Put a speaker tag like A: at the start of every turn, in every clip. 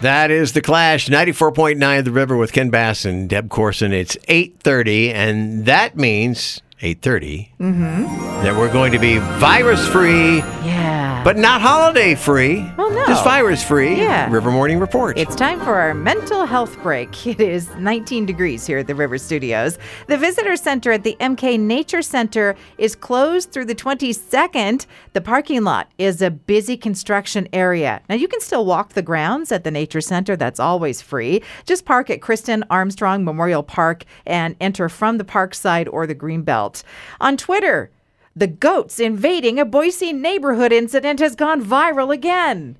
A: That is The Clash, 94.9 The River with Ken Bass and Deb Corson. It's 8.30, and that means, 8.30,
B: Mm-hmm.
A: that we're going to be virus-free,
B: Yeah.
A: but not holiday-free.
B: Well, Oh, no.
A: Just virus-free.
B: Yeah.
A: River Morning Report.
B: It's time for our mental health break. It is 19 degrees here at the River Studios. The visitor center at the MK Nature Center is closed through the 22nd. The parking lot is a busy construction area. Now, you can still walk the grounds at the Nature Center, that's always free. Just park at Kristen Armstrong Memorial Park and enter from the park side or the Greenbelt. On Twitter, the goats invading a Boise neighborhood incident has gone viral again.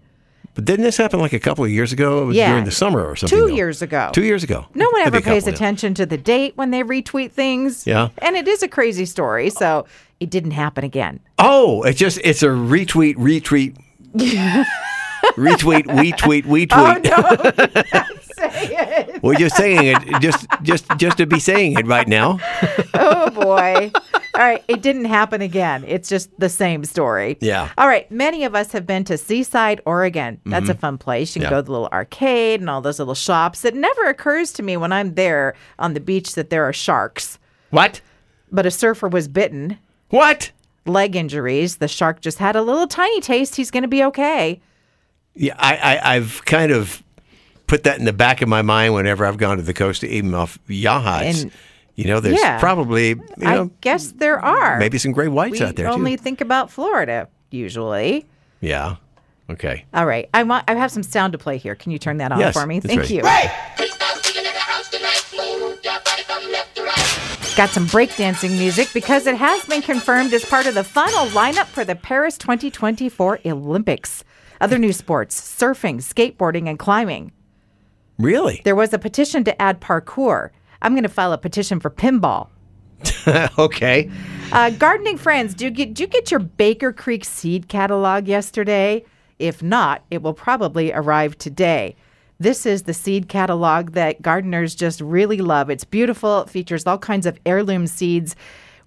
A: but didn't this happen like a couple of years ago? It was
B: Yeah.
A: during the summer or something.
B: Two
A: though.
B: years ago.
A: Two years ago.
B: No one
A: Maybe
B: ever
A: a
B: pays
A: couple, yeah.
B: attention to the date when they retweet things.
A: Yeah.
B: And it is a crazy story. So it didn't happen again.
A: Oh, it's just, it's a retweet, retweet, retweet, we tweet, we tweet.
B: Oh, no. Say it.
A: We're just saying it, just, just, just to be saying it right now.
B: Oh, boy. All right. It didn't happen again. It's just the same story.
A: Yeah.
B: All right. Many of us have been to Seaside, Oregon. That's a fun place. You can
A: Mm-hmm. Yeah.
B: go to the little arcade and all those little shops. It never occurs to me when I'm there on the beach that there are sharks.
A: What?
B: But a surfer was bitten
A: What?
B: leg injuries. The shark just had a little tiny taste. He's going to be okay.
A: Yeah, I, I, I've kind of put that in the back of my mind whenever I've gone to the coast, even off Yahats.
B: And-
A: you know, there's
B: Yeah.
A: probably you
B: I
A: know
B: guess there are.
A: maybe some gray whites
B: we
A: out there
B: only
A: too.
B: think about Florida usually.
A: Yeah. Okay.
B: All right, I want. I have some sound to play here. Can you turn that on
A: Yes,
B: for me?
A: that's
B: Thank
A: right.
B: you.
C: Right.
B: Got some breakdancing music because it has been confirmed as part of the final lineup for the Paris 2024 Olympics. Other new sports: surfing, skateboarding, and climbing.
A: Really?
B: There was a petition to add parkour. I'm going to file a petition for pinball.
A: okay.
B: Uh, gardening friends, do you get do you get your Baker Creek seed catalog yesterday? If not, it will probably arrive today. This is the seed catalog that gardeners just really love. It's beautiful. It features all kinds of heirloom seeds,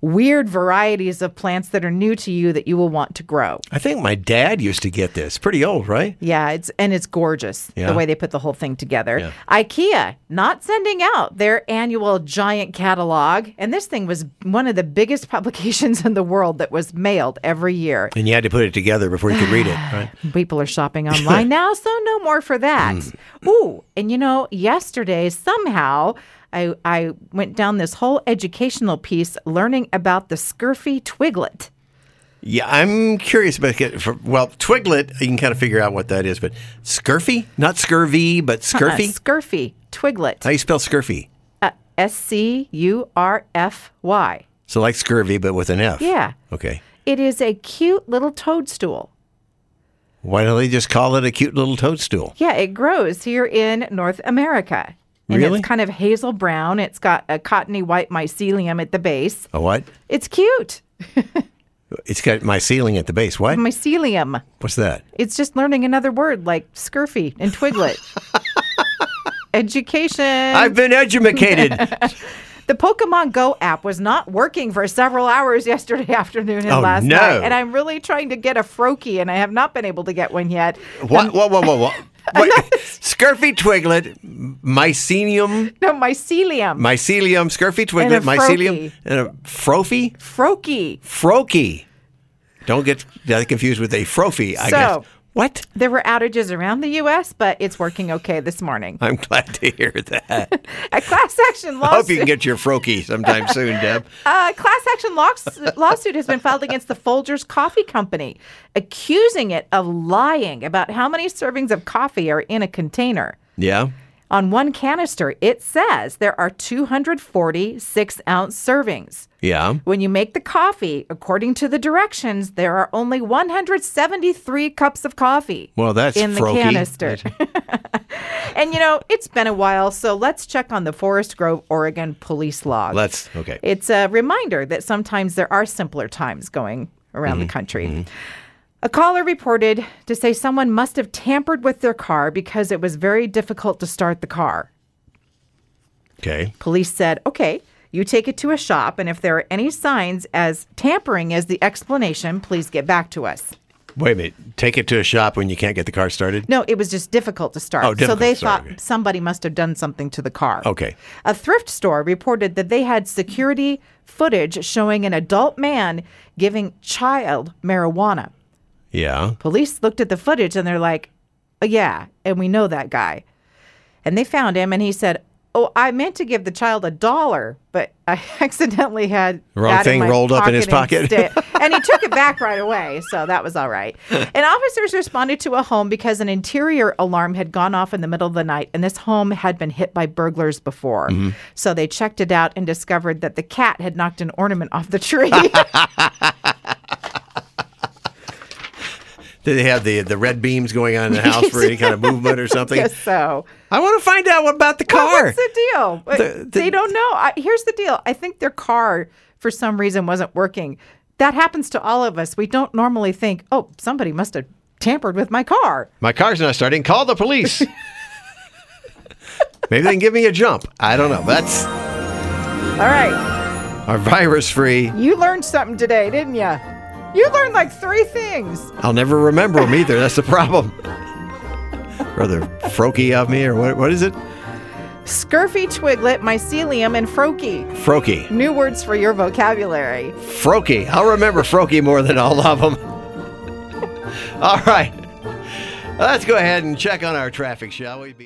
B: weird varieties of plants that are new to you that you will want to grow.
A: I think my dad used to get this. Pretty old, right?
B: Yeah, it's and it's gorgeous
A: Yeah.
B: the way they put the whole thing together. IKEA not sending out their annual giant catalog, and this thing was one of the biggest publications in the world that was mailed every year.
A: And you had to put it together before you could read it, right?
B: People are shopping online now, so no more for that.
A: Hmm.
B: Ooh, and you know, yesterday somehow I I went down this whole educational piece learning about the scurfy twiglet.
A: Yeah, I'm curious about it. For, well, twiglet, you can kind of figure out what that is, but scurfy? Not scurvy, but
B: Uh,
A: scurfy?
B: scurfy
A: How
B: twiglet. Uh,
A: you spell scurfy?
B: S C U R F Y.
A: So like scurvy, but with an F.
B: Yeah.
A: Okay.
B: It is a cute little toadstool.
A: Why don't they just call it a cute little toadstool?
B: Yeah, it grows here in North America. And
A: Really?
B: it's kind of hazel brown. It's got a cottony white mycelium at the base.
A: A what?
B: It's cute.
A: It's got my ceiling at the base.
B: Mm-hmm.
A: What?
B: Mycelium.
A: What's that?
B: It's just learning another word like scurfy and twiglet. Education.
A: I've been educated.
B: the Pokemon Go app was not working for several hours yesterday afternoon and
A: Oh,
B: last
A: no.
B: night. And I'm really trying to get a Froakie, and I have not been able to get one yet.
A: what? Whoa, whoa, whoa, whoa. Wait, scurfy twiglet, mycelium,
B: No, mycelium.
A: mycelium, scurfy
B: And a
A: twiglet, mycelium,
B: froakie.
A: and a frophy?
B: Froakie.
A: Froakie. Don't get that confused with a frophy, I
B: So-
A: guess. What?
B: There were outages around the U.S., but it's working okay this morning.
A: I'm glad to hear that.
B: A class action
A: I hope you
B: lawsuit.
A: can get your froakie sometime soon, Deb.
B: uh, class action laws- lawsuit has been filed against the Folgers Coffee Company, accusing it of lying about how many servings of coffee are in a container.
A: Yeah.
B: On one canister, it says there are 246 ounce servings.
A: Yeah.
B: When you make the coffee, according to the directions, there are only 173 cups of coffee.
A: Well, that's
B: in the
A: froakie.
B: canister. and you know, it's been a while, so let's check on the Forest Grove, Oregon police log.
A: Let's, okay.
B: It's a reminder that sometimes there are simpler times going around
A: Mm-hmm,
B: the country. A caller reported to say someone must have tampered with their car because it was very difficult to start the car.
A: Okay.
B: Police said, okay, you take it to a shop, and if there are any signs as tampering as the explanation, please get back to us.
A: Wait a minute. Take it to a shop when you can't get the car started?
B: No, it was just difficult to start.
A: Oh, difficult
B: so they
A: to start,
B: thought
A: okay.
B: somebody must have done something to the car.
A: Okay.
B: A thrift store reported that they had security footage showing an adult man giving child marijuana.
A: Yeah.
B: Police looked at the footage and they're like, "Uh, "Yeah, and we know that guy." And they found him and he said, "Oh, I meant to give the child a dollar, but I accidentally had
A: Wrong
B: that in
A: thing
B: my
A: rolled up in his pocket."
B: instead." and he took it back right away, so that was all right. And officers responded to a home because an interior alarm had gone off in the middle of the night, and this home had been hit by burglars before.
A: Mm-hmm.
B: So they checked it out and discovered that the cat had knocked an ornament off the tree.
A: Did they have the, the red beams going on in the house for any kind of movement or something?
B: Guess so.
A: I want to find out about the car.
B: What's the deal?
A: The- the-
B: they don't know. I, here's the deal. I think their car, for some reason, wasn't working. That happens to all of us. We don't normally think, oh, somebody must have tampered with my car.
A: My car's not starting. Call the police. Maybe they can give me a jump. I don't know. That's
B: All right.
A: our virus free.
B: You learned something today, didn't you? You learned like three things.
A: I'll never remember them either. That's the problem. Rather froky of me, or what, what is it?
B: Scurfy, twiglet, mycelium, and froakie.
A: Froky.
B: New words for your vocabulary.
A: Froky. I'll remember Froky more than all of them. All right. Let's go ahead and check on our traffic, shall we? Be-